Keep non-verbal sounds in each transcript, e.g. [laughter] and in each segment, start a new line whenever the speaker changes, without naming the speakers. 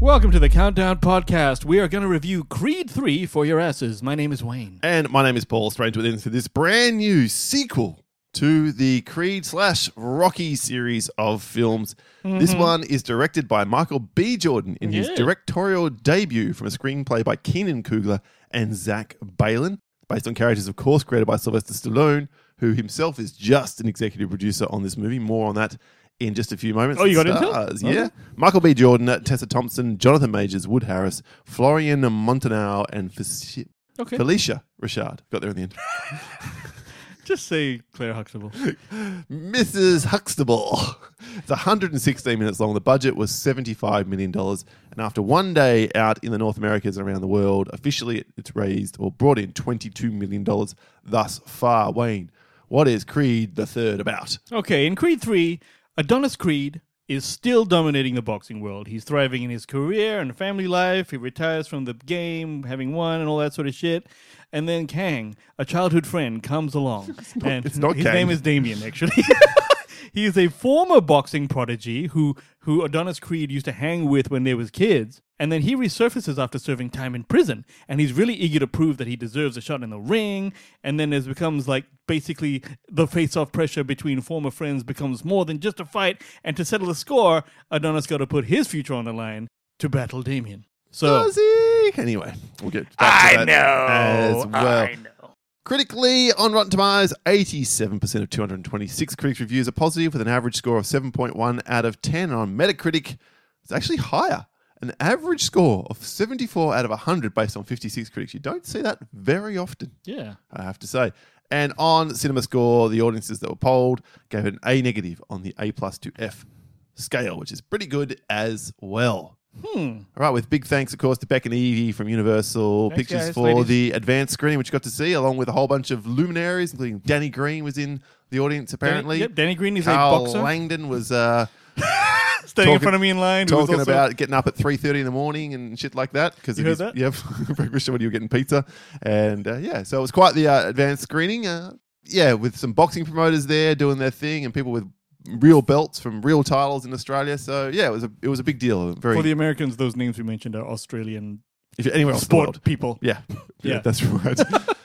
Welcome to the Countdown Podcast. We are going to review Creed 3 for your asses. My name is Wayne.
And my name is Paul Strange with into this brand new sequel to the Creed slash Rocky series of films. This one is directed by Michael B. Jordan in his
Mm-hmm. Yeah.
directorial debut from a screenplay by Keenan Kugler and Zach Balin, based on characters, of course, created by Sylvester Stallone, who himself is just an executive producer on this movie. More on that in just a few moments.
Oh, you
It
got into it?
stars,
Okay.
Yeah. Michael B. Jordan, Tessa Thompson, Jonathan Majors, Wood Harris, Florian Montanaro, and Fas-
Okay.
Felicia Richard. Got there in the end.
[laughs] Just say Claire Huxtable.
Mrs. Huxtable. It's 116 minutes long. The budget was $75 million. And after one day out in the North Americas and around the world, officially it's raised or brought in $22 million thus far. Wayne, what is Creed the Third about?
Okay, in Creed 3, Adonis Creed is still dominating the boxing world. He's thriving in his career and family life. He retires from the game, having won and all that sort of shit. And then Kang, a childhood friend, comes [laughs] along. and
it's not
his
Kang.
name is Damien, [laughs] actually. he is a former boxing prodigy who, who Adonis Creed used to hang with when they was kids. And then he resurfaces after serving time in prison, and he's really eager to prove that he deserves a shot in the ring. And then it becomes like basically the face-off pressure between former friends becomes more than just a fight. And to settle the score, Adonis got to put his future on the line to battle Damien. So
Ozzy. Anyway, we'll get back to that as well. Critically, on Rotten Tomatoes, 87% of 226 critics' reviews are positive with an average score of 7.1 out of 10. And on Metacritic, it's actually higher. An average score of 74 out of 100 based on 56 critics. You don't see that very often.
yeah,
I have to say. And on Cinema Score, the audiences that were polled gave it an A negative on the A plus to F scale, which is pretty good as well. Hmm. All right, with big thanks, of course, to Beck and Evie from Universal
Thanks,
Pictures
guys,
for
ladies.
the advanced screening, which you got to see, along with a whole bunch of luminaries, including Danny Green was in the audience apparently.
Danny, yep, Danny Green is
Carl
a boxer
Langdon was uh,
standing in
talking-
front of me in line. who was
talking
also-
about getting up at three thirty in the morning and shit like that because
You
it
heard
is- Yep, [laughs] breakfast when you were getting pizza, and uh, yeah, so it was quite the uh, advanced screening. Uh, yeah, with some boxing promoters there doing their thing and people with real belts from real titles in Australia. So yeah, it was a it was a big deal. Very
for the Americans. Those names we mentioned are Australian
if you're anywhere else in the world.
sport people. [laughs]
Yeah.
Yeah. [laughs]
that's right.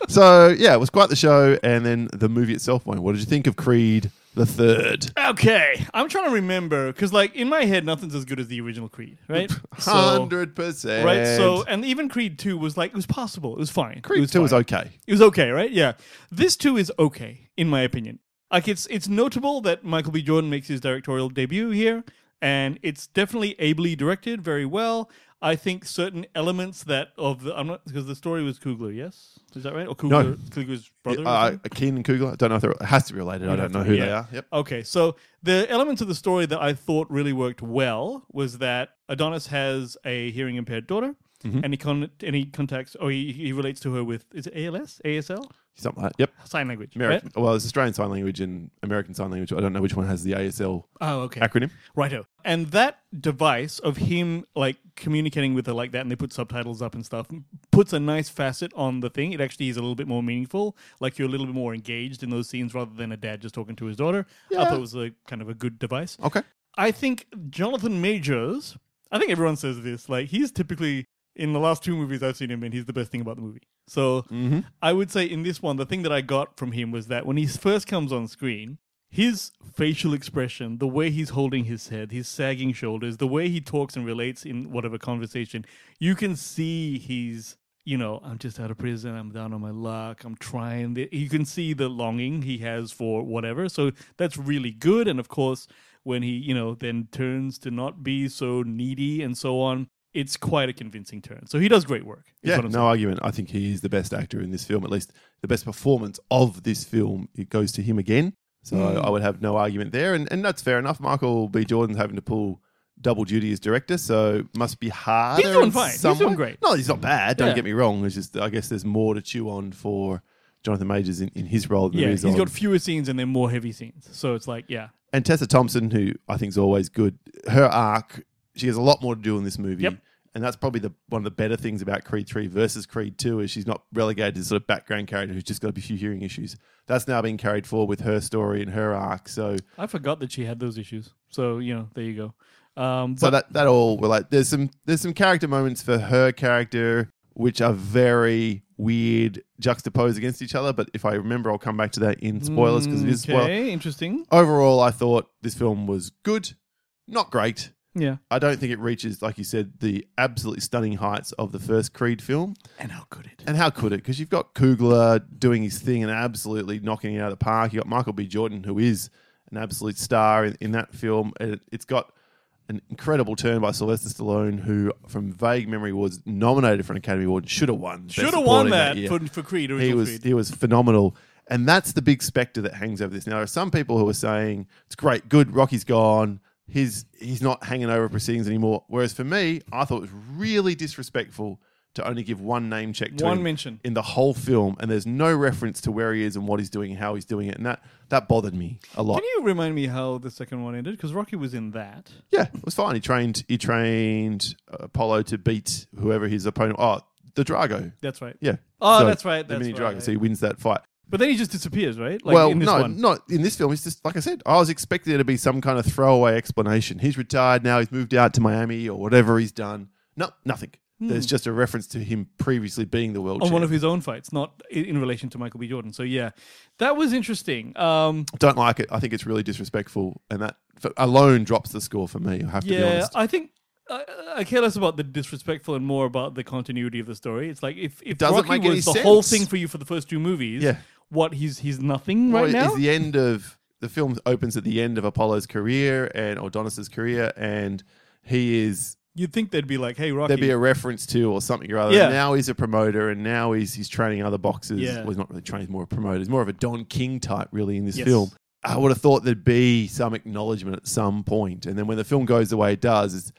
so yeah, it was quite the show, and then the movie itself. Wayne, what did you think of Creed the Third?
Okay, I'm trying to remember because, like, in my head, nothing's as good as the original Creed, right? So-
Hundred percent.
right? So, and even Creed Two was like it was possible, it was fine. it
Creed
was
Two was
fine.
okay.
It was okay, right? Yeah, this too is okay in my opinion. Like, it's it's notable that Michael B. Jordan makes his directorial debut here, and it's definitely ably directed, very well. I think certain elements that of the I'm not because the story was Kugler, yes, is that right? Or Kugler, Kugler's brother? or
Uh,
something?
Keenan Kugler. I don't know if they're, it has to be related. I don't know who they
Yeah.
are. Yep.
Okay, so the elements of the story that I thought really worked well was that Adonis has a hearing impaired daughter, and he con- and he contacts or he, he relates to her with is it ALS, ASL,
Something like Yep.
sign language,
American.
right?
Well, it's Australian Sign Language and American Sign Language. I don't know which one has the ASL
Oh, okay.
acronym.
Righto. And that device of him like communicating with her like that, and they put subtitles up and stuff, puts a nice facet on the thing. It actually is a little bit more meaningful. Like you're a little bit more engaged in those scenes rather than a dad just talking to his daughter. I
Yeah.
thought it was a kind of a good device.
Okay.
I think Jonathan Majors. I think everyone says this. Like he's typically in the last two movies I've seen him in, he's the best thing about the movie. So
Mm-hmm.
I would say in this one, the thing that I got from him was that when he first comes on screen, his facial expression, the way he's holding his head, his sagging shoulders, the way he talks and relates in whatever conversation, you can see he's you know, I'm just out of prison. I'm down on my luck. I'm trying. The, you can see the longing he has for whatever. So that's really good. And of course, when he, you know, then turns to not be so needy and so on, it's quite a convincing turn. So he does great work. is
Yeah,
what I'm
no argument. I think he is the best actor in this film, at least the best performance of this film. It goes to him again. So
Hmm.
I would have no argument there. And, and that's fair enough. Michael B. Jordan's having to pull double duty as director, so must be hard.
He's doing fine. He's doing great.
No, he's not bad. Don't
Yeah.
get me wrong. It's just, I guess there's more to chew on for Jonathan Majors in, in his role than
Yeah,
there is
he's
on
got fewer scenes and then more heavy scenes. So it's like, yeah.
and Tessa Thompson, who I think is always good, her arc, she has a lot more to do in this movie.
Yep.
And that's probably the one of the better things about Creed 3 versus Creed 2 is she's not relegated to the sort of background character who's just got a few hearing issues. That's now being carried forward with her story and her arc. So
I forgot that she had those issues. So, you know, there you go. Um,
So
but-
that that all were like there's some there's some character moments for her character which are very weird juxtaposed against each other. But if I remember, I'll come back to that in spoilers because it is
Mm, okay,
spoil-
interesting.
Overall, I thought this film was good, not great.
Yeah.
I don't think it reaches, like you said, the absolutely stunning heights of the first Creed film.
And how could it?
And how could it? Because you've got Kugler doing his thing and absolutely knocking it out of the park. You've got Michael B. Jordan, who is an absolute star in, in that film. And it, it's got an incredible turn by Sylvester Stallone, who, from vague memory, was nominated for an Academy Award and should have won. Best
Should have won
Supporting
that,
year
for, for Creed. Original
he was
Creed.
he was phenomenal. And that's the big specter that hangs over this. Now there are some people who are saying it's great, good, Rocky's gone. He's he's not hanging over proceedings anymore. Whereas for me, I thought it was really disrespectful to only give one name check to
One
him
mention.
in the whole film, and there's no reference to where he is and what he's doing and how he's doing it, and that that bothered me a lot.
Can you remind me how the second one ended? Because Rocky was in that.
Yeah, it was fine. He trained he trained Apollo to beat whoever his opponent. Oh, the Drago.
That's right.
Yeah.
Oh, that's right,
The
that's
mini Drago.
right.
So he wins that fight.
But then he just disappears, right? Like
well,
in this
no,
one.
not in this film. It's just like I said. I was expecting there to be some kind of throwaway explanation. He's retired now. He's moved out to Miami or whatever he's done. No, nothing.
Hmm.
There's just a reference to him previously being the world
on
champ.
one of his own fights, not i- in relation to Michael B. Jordan. So yeah, that was interesting. Um,
Don't like it. I think it's really disrespectful, and that f alone drops the score for me. I have to be
yeah,
honest.
I think I, I care less about the disrespectful and more about the continuity of the story. It's like if if
doesn't
Rocky
make any
was the whole
sense.
thing for you for the first two movies,
Yeah.
what he's he's nothing right
Well,
now.
Is the end of the film opens at the end of Apollo's career and Adonis's career, and he is
You'd think they'd be like, hey, Rocky,
there'd be a reference to or something or other.
Yeah.
Now he's a promoter and now he's he's training other boxers.
Yeah.
Well, he's not really training, he's more a promoter. He's more of a Don King type, really, in this
Yes.
film. I would have thought there'd be some acknowledgement at some point. And then when the film goes the way it does, it's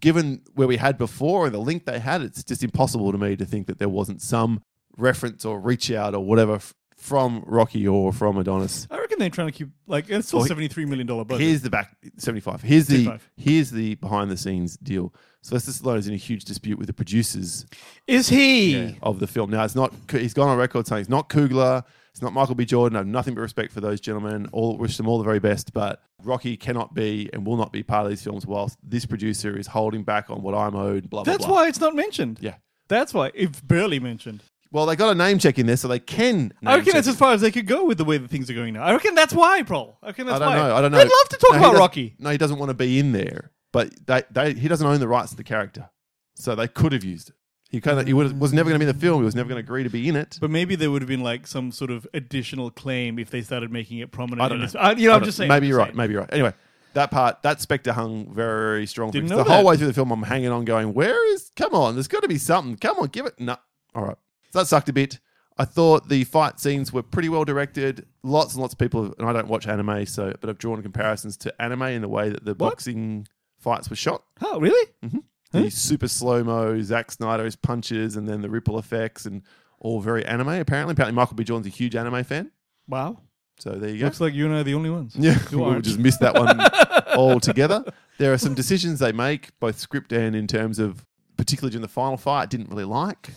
given where we had before and the link they had, it's just impossible to me to think that there wasn't some reference or reach out or whatever f- from Rocky or from Adonis.
I reckon they're trying to keep like it's still
Well, he-
seventy three million dollar budget.
Here's the back seventy five. Here's the
75.
here's the behind the scenes deal. Sylvester Stallone's in a huge dispute with the producers
Is he?
of the film. Now it's not. He's gone on record saying it's not Kugler. It's not Michael B. Jordan. I have nothing but respect for those gentlemen. All wish them all the very best. But Rocky cannot be and will not be part of these films whilst this producer is holding back on what I'm owed. Blah blah.
That's
blah.
why it's not mentioned.
Yeah.
That's why it's barely mentioned.
Well, they got a name check in there, so they can. Name
I reckon
check
that's
it.
as far as they could go with the way that things are going now. I reckon that's why, Paul. I reckon that's
I don't
why.
know. I don't know.
I'd love to talk
No, he
about
doesn't-
Rocky.
No, he doesn't want to be in there. But they, they, he doesn't own the rights to the character, so they could have used it. He kind of he would, was never going to be in the film. He was never going to agree to be in it.
But maybe there would have been like some sort of additional claim if they started making it prominent.
I don't
in
know.
This. I, you know,
I
I'm
don't
just
know.
saying.
Maybe
I'm
you're right.
saying.
Maybe you're right. Anyway, that part, that specter hung very strong. for me.
Didn't
The
know
whole
that.
way through the film, I'm hanging on, going, "Where is? Come on, there's got to be something. Come on, give it." No, all right. So that sucked a bit. I thought the fight scenes were pretty well directed. Lots and lots of people, and I don't watch anime, so but I've drawn comparisons to anime in the way that the boxing fights were shot.
Oh, really?
Mm. The super slow mo, Zack Snyder's punches, and then the ripple effects, and all very anime. Apparently, apparently Michael B. Jordan's a huge anime fan.
Wow.
So there you go.
Looks like you and I are the only ones. [laughs]
Yeah,
who
we
aren't.
just missed
[laughs]
that one altogether. There are some decisions they make, both script and in terms of, particularly during the final fight, didn't really like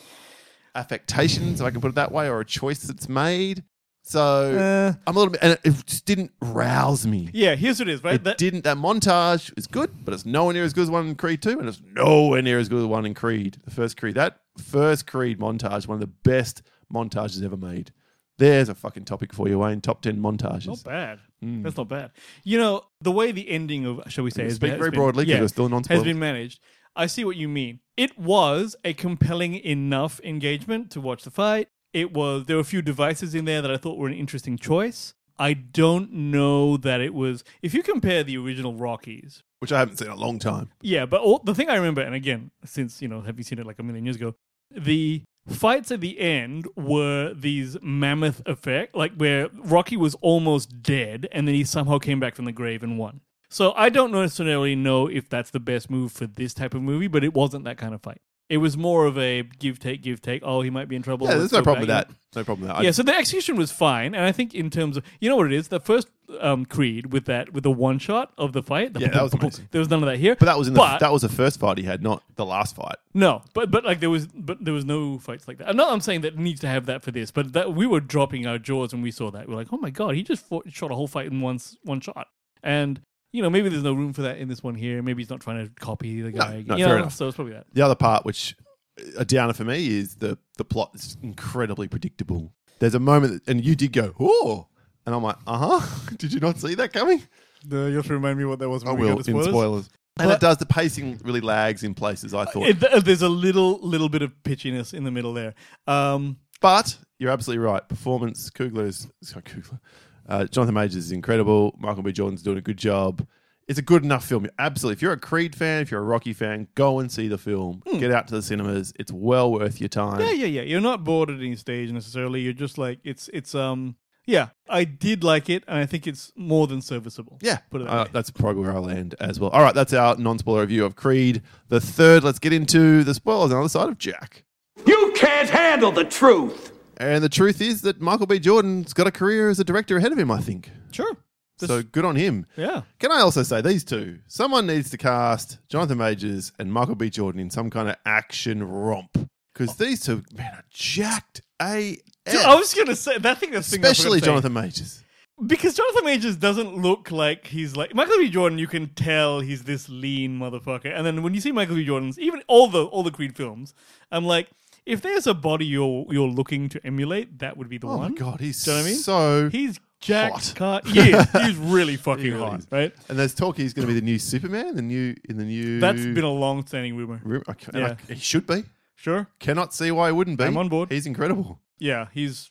affectations, if I can put it that way, or a choice that's made. So
Uh,
I'm a little bit, and it just didn't rouse me.
yeah. Here's what it is, right?
It didn't. That montage is good, but it's nowhere near as good as one in Creed Two, and it's nowhere near as good as one in Creed, the first Creed. That first Creed montage, one of the best montages ever made. There's a fucking topic for you, Wayne. Top ten montages.
not bad.
Mm.
That's not bad. You know the way the ending of shall we say has
speak
been,
very
has been-
broadly 'cause
yeah,
we're still
has
non-spoilers.
been managed. I see what you mean. It was a compelling enough engagement to watch the fight. It was there were a few devices in there that I thought were an interesting choice. I don't know that it was. If you compare the original Rockies,
which I haven't seen in a long time.
yeah, but all, the thing I remember, and again, since you know, have you seen it like a million years ago? The fights at the end were these mammoth effect, like where Rocky was almost dead, and then he somehow came back from the grave and won. So I don't necessarily know if that's the best move for this type of movie, but it wasn't that kind of fight. It was more of a give take, give take. Oh, he might be in trouble.
Yeah,
Let's
there's no
go
problem with
back.
that. No problem with that. I-
Yeah, so the execution was fine, and I think in terms of you know what it is, the first um, Creed with that with the one shot of the fight. the
Yeah,
[laughs]
that was
boom, boom, boom,
amazing.
There was none of that here,
but that was in the
but-
that was the first fight he had, not the last fight.
no, but but like there was but there was no fights like that. No, I'm saying that needs to have that for this, but that we were dropping our jaws when we saw that. We're like, oh my god, he just fought, shot a whole fight in one s- one shot, and you know, maybe there's no room for that in this one here. Maybe he's not trying to copy the guy.
no,
you
fair
know,
enough.
So it's probably that.
The other part, which uh, a downer for me, is the the plot is incredibly predictable. There's a moment, that, and you did go, oh, and I'm like, uh huh. [laughs] Did you not see that coming?
The, you have to remind me what that was when
I
we
will
got the
in
spoilers.
spoilers. And it
But-
does. The pacing really lags in places. I thought,
It- th- there's a little little bit of pitchiness in the middle there. Um,
but you're absolutely right. Performance, Kugler is sorry, Kugler. Uh, Jonathan Majors is incredible. Michael B. Jordan's doing a good job. It's a good enough film. Absolutely. If you're a Creed fan, if you're a Rocky fan, go and see the film.
Hmm.
Get out to the cinemas. It's well worth your time.
yeah, yeah, yeah. You're not bored at any stage necessarily. You're just like it's it's um yeah. I did like it, and I think it's more than serviceable.
Yeah,
put it that
uh,
way.
that's probably where I'll end as well. All right, that's our non-spoiler review of Creed. The third, let's get into the spoilers on the other side of Jack.
You can't handle the truth.
And the truth is that Michael B. Jordan's got a career as a director ahead of him, I think.
Sure. This-
so good on him.
yeah.
Can I also say these two? Someone needs to cast Jonathan Majors and Michael B. Jordan in some kind of action romp because these two man are jacked AF.
So I was gonna say that thing. That's the thing I forgot to
especially
say.
Jonathan Majors.
because Jonathan Majors doesn't look like he's like Michael B. Jordan. You can tell he's this lean motherfucker. And then when you see Michael B. Jordan's, even all the all the Creed films, I'm like, if there's a body you're you're looking to emulate, that would be the
Oh
one.
my god, he's
Do you know what I mean?
so
He's jacked.
Hot.
Car- he
[laughs]
is. He's really fucking
He really
hot,
is.
right?
And there's talk he's going to be the new Superman, the new in the new.
That's been a long-standing rumor.
room. I ca- and I-
Yeah.
he should be.
Sure.
Cannot see why he wouldn't be.
I'm on board.
He's incredible,
Yeah, he's.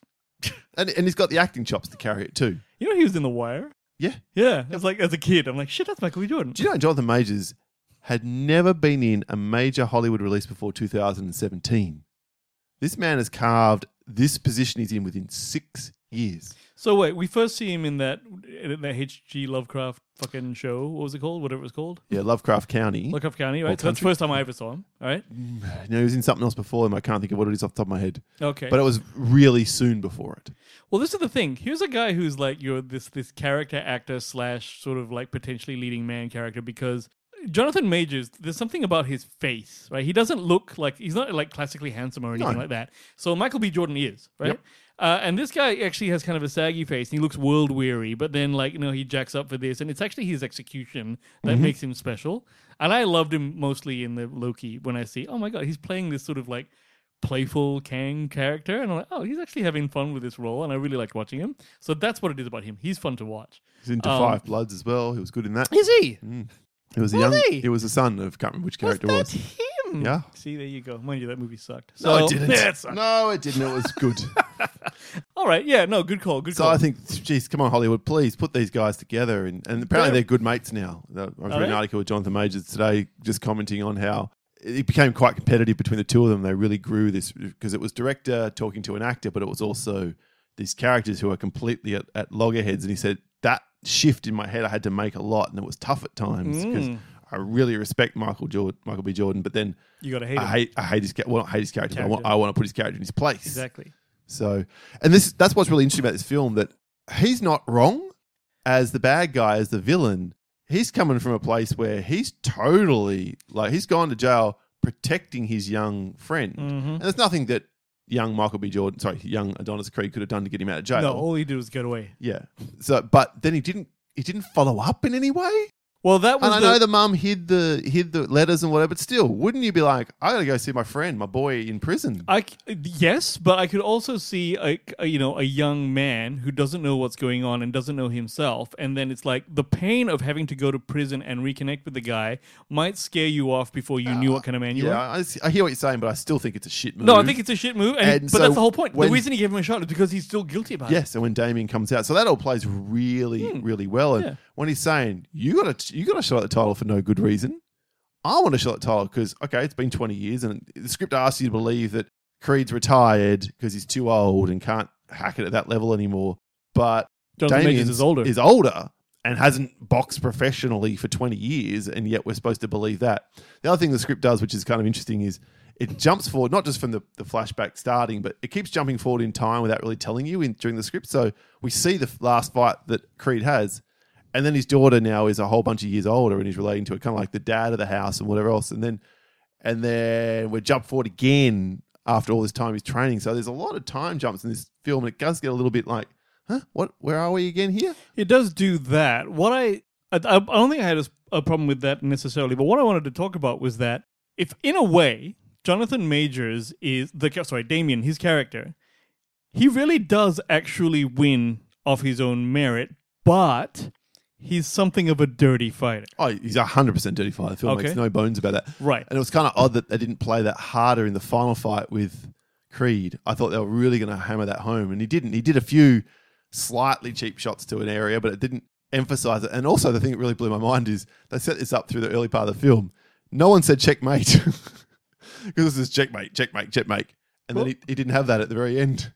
and and he's got the acting chops to carry it too.
You know, he was in The Wire.
Yeah.
Yeah, it's like as a kid, I'm like, shit, that's Michael B. Jordan.
Do you know Jonathan Majors had never been in a major Hollywood release before 2017? This man has carved this position he's in within six years.
So wait, we first see him in that in that H.G. Lovecraft fucking show. What was it called? Whatever it was called,
Yeah, Lovecraft County.
Lovecraft County, right?
Or
So that's the
country.
first time I ever saw him. All right.
No, he was in something else before him. I can't think of what it is off the top of my head.
Okay.
But it was really soon before it.
Well, this is the thing. Here's a guy who's like you're this this character actor slash sort of like potentially leading man character because Jonathan Majors, there's something about his face, right? He doesn't look like he's not like classically handsome or anything
No.
like that. So Michael B. Jordan is, right?
Yep.
Uh, and this guy actually has kind of a saggy face and he looks world weary, but then like, you know, he jacks up for this and it's actually his execution that
Mm-hmm.
makes him special. And I loved him mostly in the Loki when I see, oh my god, he's playing this sort of like playful Kang character, and I'm like, oh, he's actually having fun with this role, and I really liked watching him. So that's what it is about him. He's fun to watch.
He's into
Um,
Five Bloods as well. He was good in that.
Is he?
It was a
Was
young.
he?
It was the son of can't remember which
Was
character it
that
was.
him?
Yeah.
See, there you go. Mind you, that movie sucked.
No,
So,
it didn't.
Yeah, it sucked.
no, it didn't. It was
[laughs]
good.
All right. Yeah. No. Good call. Good
so
call.
I think, geez, come on, Hollywood, please put these guys together. And, and apparently
Yeah. Oh,
they're good mates now. I was reading
they?
an article with Jonathan Majors today, just commenting on how it became quite competitive between the two of them. They really grew this because it was director talking to an actor, but it was also these characters who are completely at, at loggerheads. And he said that shift in my head I had to make a lot, and it was tough at times
Mm.
because I really respect Michael Jordan, Michael B. Jordan, but then.
you gotta hate
I
him.
hate, I hate his character. Well, not hate his character, but I want,
Character.
I want to put his character in his place.
exactly.
So, and this that's what's really interesting about this film that he's not wrong as the bad guy, as the villain. He's coming from a place where he's totally like he's gone to jail protecting his young friend,
Mm-hmm.
and there's nothing that young Michael B. Jordan, sorry, young Adonis Creed could have done to get him out of jail.
No, all he did was get away.
Yeah. So, but then he didn't. He didn't follow up in any way.
Well, that was
And I
the,
know the mum hid the hid the letters and whatever, but still, wouldn't you be like, I gotta go see my friend, my boy in prison?
I c- yes, but I could also see a, a you know a young man who doesn't know what's going on and doesn't know himself, and then it's like the pain of having to go to prison and reconnect with the guy might scare you off before you knew what kind of man you
yeah,
were.
I, s- I hear what you're saying, but I still think it's a shit move.
No, I think it's a shit move, and,
And
but
so
that's the whole point.
when-
the reason he gave him a shot is because he's still guilty about it.
yes. And when Damien comes out, so that all plays really, really well. And
yeah.
when he's saying you got a you got a shot at the title for no good reason, I want a shot at the title because okay, it's been 20 years, and the script asks you to believe that Creed's retired because he's too old and can't hack it at that level anymore. But
Jonathan Majors
Damien's
is older.
Is older and hasn't boxed professionally for 20 years, and yet we're supposed to believe that. The other thing the script does, which is kind of interesting, is it jumps forward, not just from the, the flashback starting, but it keeps jumping forward in time without really telling you in, during the script. So we see the last fight that Creed has, and then his daughter now is a whole bunch of years older and he's relating to it, kind of like the dad of the house and whatever else. And then and then we jump forward again after all this time he's training. So there's a lot of time jumps in this film, and it does get a little bit like, huh, what? Where are we again here?
It does do that. What I I I, I I don't think I had a, s- a problem with that necessarily, but what I wanted to talk about was that if, in a way, Jonathan Majors is the ca- sorry Damien, his character, he really does actually win off his own merit, but he's something of a dirty fighter.
Oh, he's 100% dirty fighter. The film
Okay.
makes no bones about that.
Right.
And it was kind of odd that they didn't play that harder in the final fight with Creed. I thought they were really going to hammer that home, and he didn't. He did a few slightly cheap shots to an area, but it didn't emphasize it. And also, the thing that really blew my mind is they set this up through the early part of the film. No one said checkmate [laughs] because this is checkmate, checkmate, checkmate. And then
Well-
he, he didn't have that at the very end.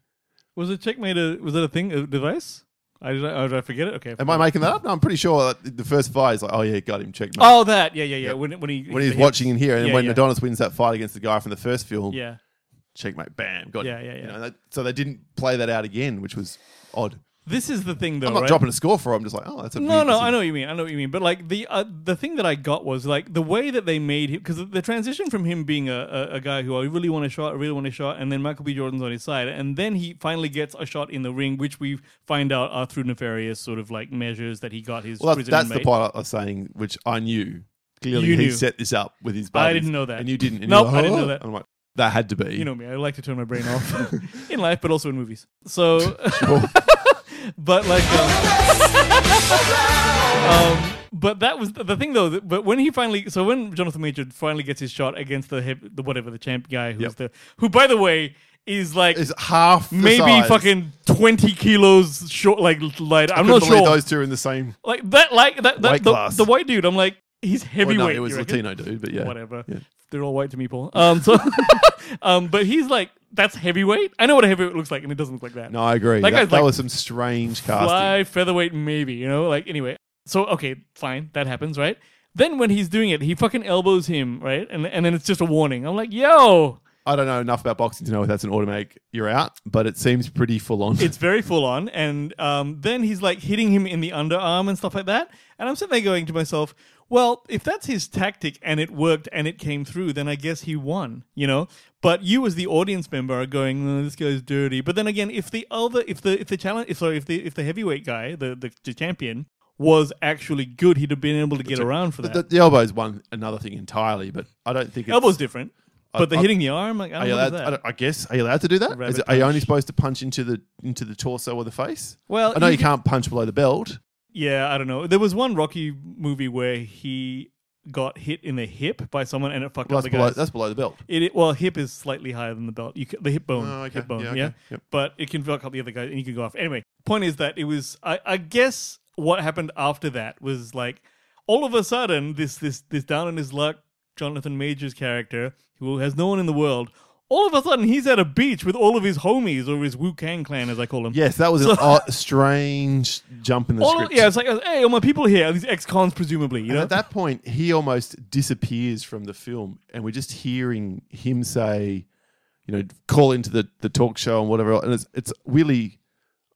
Was it checkmate? A, was that a thing? A device? I did. I, oh, did I forget it? Okay.
Am I making that up? No, I'm pretty sure that the first fight is like, oh, yeah, got him, checkmate.
oh, that. Yeah, yeah, yeah. When when he
when he's
the hit-
watching in here, and
Yeah,
when
yeah.
Adonis wins that fight against the guy from the first film,
Yeah.
checkmate, bam, got
Yeah,
him.
yeah,
You
yeah.
know, that, so they didn't play that out again, which was odd.
This is the thing, though.
I'm not
Oh, right?
dropping a score for. It. I'm just like, oh, that's a
No,
weird
no,
decision.
I know what you mean. I know what you mean. But like the uh, the thing that I got was like the way that they made him because the transition from him being a, a, a guy who I really want a shot, I really want a shot, and then Michael B. Jordan's on his side, and then he finally gets a shot in the ring, which we find out are through nefarious sort of like measures that he got his
Well, that's,
prison
that's the
inmate.
part I was saying, which I knew clearly.
You
he
knew.
set this up with his.
I
Buddies,
didn't know that.
and you didn't. And
Nope,
you're like,
I didn't know
"Oh."
that.
I'm like, that had to be.
You know me. I like to turn my brain off [laughs]
[laughs]
in life, but also in movies. So, [laughs] but like, um, um, but that was the, the thing though. that- But when he finally, so when Jonathan Major finally gets his shot against the hip, the whatever the champ guy who's
Yep.
the who, by the way, is like
it's half the
maybe
size.
fucking twenty kilos short. Like light. I'm
Couldn't
not
believe
sure.
those two are in the same.
Like that. Like that. that
Weight
the,
class.
the white dude. I'm like he's
Well,
heavyweight.
no, it was
you reckon?
Latino dude, but yeah,
whatever.
Yeah.
They're all white to me, Paul. Um, so, [laughs] um, but he's like, that's heavyweight. I know what a heavyweight looks like, and it doesn't look like that.
No, I agree.
That
That,
guy's
that
like
was some strange casting.
fly featherweight, maybe. You know, like anyway. So okay, fine, that happens, right? Then when he's doing it, he fucking elbows him, right? And and then it's just a warning. I'm like, yo,
I don't know enough about boxing to know if that's an automatic. You're out, but it seems pretty full on.
it's very full on. And um, then he's like hitting him in the underarm and stuff like that. And I'm sitting there going to myself, well, if that's his tactic and it worked and it came through, then I guess he won, you know. But you as the audience member are going, "No, this guy's dirty. But then again, if the other, if the if the challenge, if, sorry, if the if the heavyweight guy, the the, the champion was actually good, he'd have been able to get around for that.
[laughs] The, the elbow's one another thing entirely, but I don't think it's,
Elbow's different, but the
I-
hitting the arm, like, I
Are
don't
you
know
allowed,
that.
I, don't- I guess are you allowed to do that?
Rabbit
Is it, are you
punch.
only supposed to punch into the into the torso or the face?
Well,
I know
you
you can't punch below the belt.
Yeah, I don't know. There was one Rocky movie where he got hit in the hip by someone and it fucked
Well,
up
that's
the
below
guy.
that's below the
[laughs]
belt.
It, it- well, hip is slightly higher than the belt. You ca the hip bone,
Oh, okay.
hip bone,
Yeah,
yeah.
okay. Yep.
But it can fuck up the other guy, and you can go off. Anyway, point is that it was. I, I guess what happened after that was like all of a sudden this this this down in his luck Jonathan Majors character who has no one in the world. All of a sudden, he's at a beach with all of his homies or his Wu Kang clan, as I call them.
Yes, that was an odd, strange jump in the
All of,
script.
yeah, it's like, hey, all my people here, these ex cons, presumably. You
And
know,
at that point, he almost disappears from the film, and we're just hearing him say, you know, call into the, the talk show and whatever. else. And it's it's really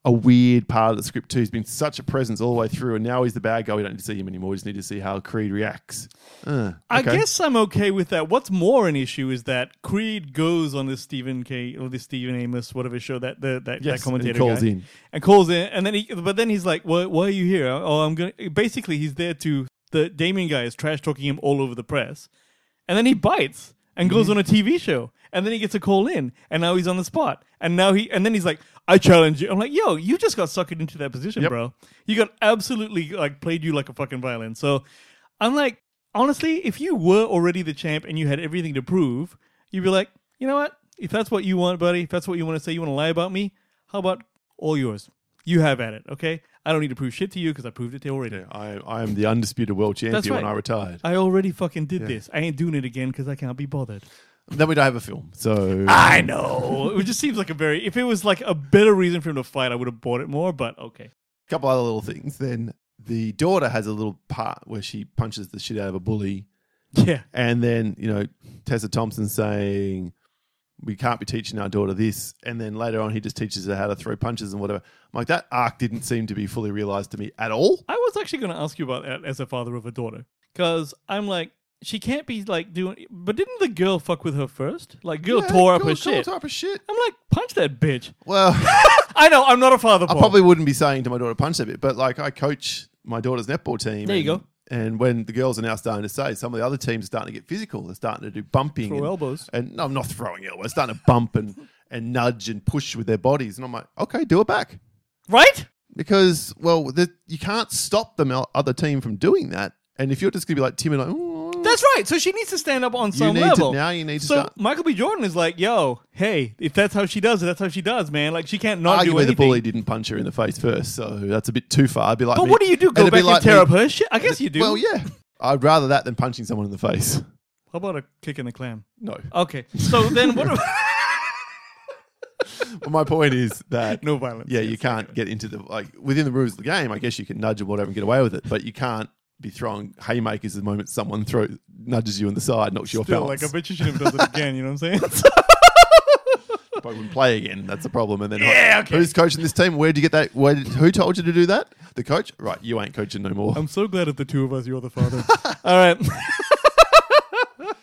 a weird part of the script too. He's been such a presence all the way through, and now he's the bad guy. We don't need to see him anymore. We just need to see how Creed reacts. Uh,
I
okay.
guess I'm okay with that. What's more an issue is that Creed goes on this Stephen K or this Stephen Amos whatever show that the, that
Yes, and he
that commentator
calls
guy,
in.
and calls in and then he but then he's like, why, why are you here? Oh, I'm gonna basically he's there to the Damien guy is trash talking him all over the press, and then he bites and goes on a TV show and then he gets a call in and now he's on the spot and now he and then he's like, I challenge you. I'm like, yo, you just got suckered into that position,
Yep.
bro. You got absolutely like played you like a fucking violin. So I'm like, honestly, if you were already the champ and you had everything to prove, you'd be like, you know what? If that's what you want, buddy, if that's what you want to say, you want to lie about me, how about all yours? You have at it, okay? I don't need to prove shit to you because I proved it to you already.
I, I am the undisputed world champion when
right.
I retired.
I already fucking did this. I ain't doing it again because I can't be bothered.
Then we don't have a film, so
Ah, I know. it just seems like a very. If it was like a better reason for him to fight, I would have bought it more. But okay.
couple other little things. Then the daughter has a little part where she punches the shit out of a bully,
Yeah.
and then you know Tessa Thompson saying we can't be teaching our daughter this, and then later on he just teaches her how to throw punches and whatever. I'm like that arc didn't seem to be fully realized to me at all.
I was actually going to ask you about that as a father of a daughter, because I'm like, she can't be like doing. But didn't the girl fuck with her first? Like, girl
Yeah,
tore up
cool,
her
cool
shit.
Tore up her shit.
I'm like, punch that bitch.
Well,
I know I'm not a father.
I probably wouldn't be saying to my daughter punch that bit, but like I coach my daughter's netball team.
There you
and-
go.
And when the girls are now starting to say, some of the other teams are starting to get physical. They're starting to do bumping,
Throw
and,
elbows.
and no, I'm not throwing elbows. Starting to bump and and nudge and push with their bodies. And I'm like, okay, do it back
Right?
because well, the, you can't stop the mel- other team from doing that. And if you're just gonna be like timid, like "Ooh,
That's right. So she needs to stand up on
you
some
need
level.
to now, you need to
so
start.
Michael B. Jordan is like, yo, hey, if that's how she does it, that's how she does, man. Like she can't not do
Arguably, the
anything.
bully didn't punch her in the face first, so that's a bit too far. I'd be like,
But
me-
what do you do? Go
it'd be
back
like
and tear
me-
up her shit? I guess you do.
Well, yeah, I'd rather that than punching someone in the face.
How about a kick in the clam?
No,
Okay. So then what about
[laughs] But my point is that
No violence.
yeah, you can't get into the like within the rules of the game. I guess you can nudge or whatever and get away with it, but you can't be throwing haymakers the moment someone throws nudges you in the side, knocks you off
Still,
balance.
like I bet you should have done it again, you know what
[laughs]
I'm saying?
If I wouldn't play again. That's the problem. And then
Yeah, okay.
who's coaching this team? Where did you get that? Where did, who told you to do that? The coach? Right, you ain't coaching no more.
I'm so glad of the two of us, you're the father. All
[laughs]
right. Uh,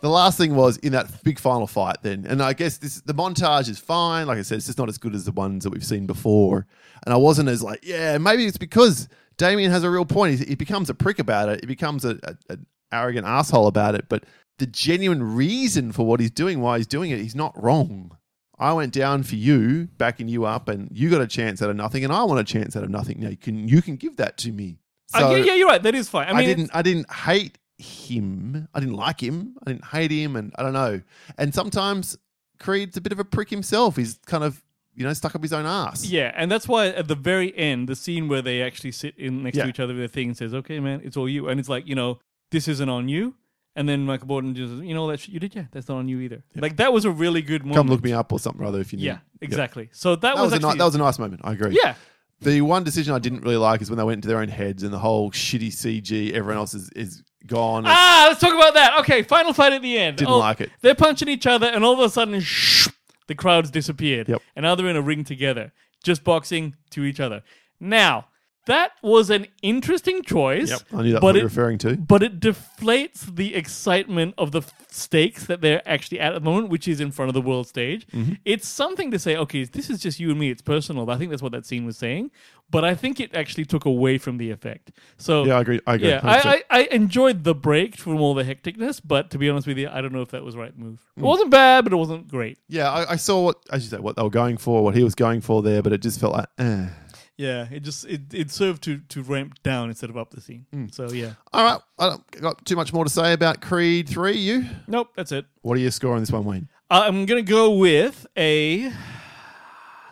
the last thing was in that big final fight then and i guess this the montage is fine like i said it's just not as good as the ones that we've seen before and i wasn't as like yeah maybe it's because damien has a real point he, he becomes a prick about it he becomes a, a, an arrogant asshole about it but the genuine reason for what he's doing why he's doing it he's not wrong i went down for you backing you up and you got a chance out of nothing and i want a chance out of nothing now you can you can give that to me
Uh, yeah, yeah, you're right. That is fine. I
I,
mean,
didn't. I didn't hate him. I didn't like him. I didn't hate him, and I don't know. And sometimes Creed's a bit of a prick himself. He's kind of you know stuck up his own ass.
Yeah, and that's why at the very end, the scene where they actually sit in next
Yeah.
to each other with their thing and says, "Okay, man, it's all you," and it's like, you know, this isn't on you. And then Michael Borden just, you know, that shit you did, yeah, that's not on you either. Like that was a really good moment.
Come look me up or something or other if you need.
Yeah, exactly. So that,
That,
was,
was, a
actually,
ni- that was a nice moment. I agree.
yeah,
The one decision I didn't really like is when they went into their own heads and the whole shitty CG. Everyone else is is gone.
Ah, let's talk about that. Okay, final fight at the end. Oh,
Didn't like it.
They're punching each other, and all of a sudden, shh, the crowd's disappeared.
Yep.
And now they're in a ring together, just boxing to each other. Now, that was an interesting choice.
Yep, I knew that's
but
what
it,
you're referring to.
But it deflates the excitement of the f- stakes that they're actually at at the moment, which is in front of the world stage.
Mm-hmm.
It's something to say, okay, this is just you and me. It's personal. I think that's what that scene was saying. But I think it actually took away from the effect. So
yeah, I agree. I agree.
yeah,
100%.
I, I, I enjoyed the break from all the hecticness, but to be honest with you, I don't know if that was the right move. It wasn't bad, but it wasn't great.
yeah, I, I saw what as you say what they were going for, what he was going for there, but it just felt like. Eh.
Yeah, it just it, it served to to ramp down instead of up the scene. So yeah,
All right, I don't got too much more to say about Creed Three. You.
nope, that's it. Uh,
What are your score on this one, Wayne?
I'm gonna go with a [sighs]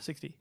sixty.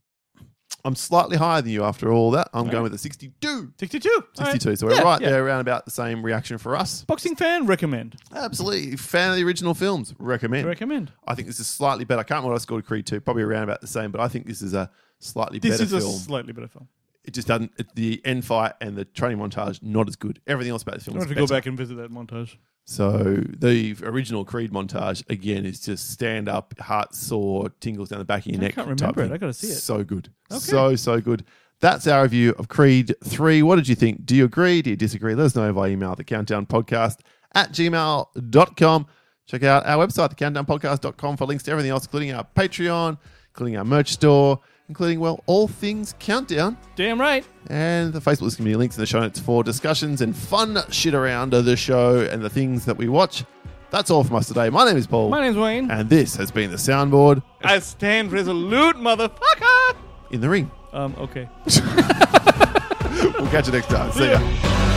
I'm slightly higher than you after all that. I'm going with a 62.
62. All right.
62. So we're
Yeah,
right
yeah.
there around about the same reaction for us.
Boxing fan recommend.
Absolutely. Fan of the original films. Recommend.
Recommend.
I think this is slightly better. I can't remember what I scored Creed 2. Probably around about the same, but I think this is a slightly
This
better
is
film.
a slightly better film.
it just doesn't. It, the end fight and the training montage, not as good. Everything else about this film
I'm
is
going to
better.
go back and visit that montage.
So the original Creed montage, again, is just stand up, heart sore, tingles down the back of your
I
neck.
can't
type
remember it.
thing.
I gotta see it.
So good. So, so good. That's our review of Creed 3. What did you think? Do you agree? Do you disagree? Let us know via email, the countdown podcast at gmail.com. Check out our website, thecountdownpodcast.com, for links to everything else, including our Patreon, including our merch store, including, well, all things countdown.
Damn right.
And the Facebook is going to be links in the show notes for discussions and fun shit around the show and the things that we watch. That's all from us today. My name is Paul.
My name's Wayne.
and this has been the soundboard
I stand resolute, motherfucker.
in the ring.
Um, okay.
We'll catch you next time. See ya.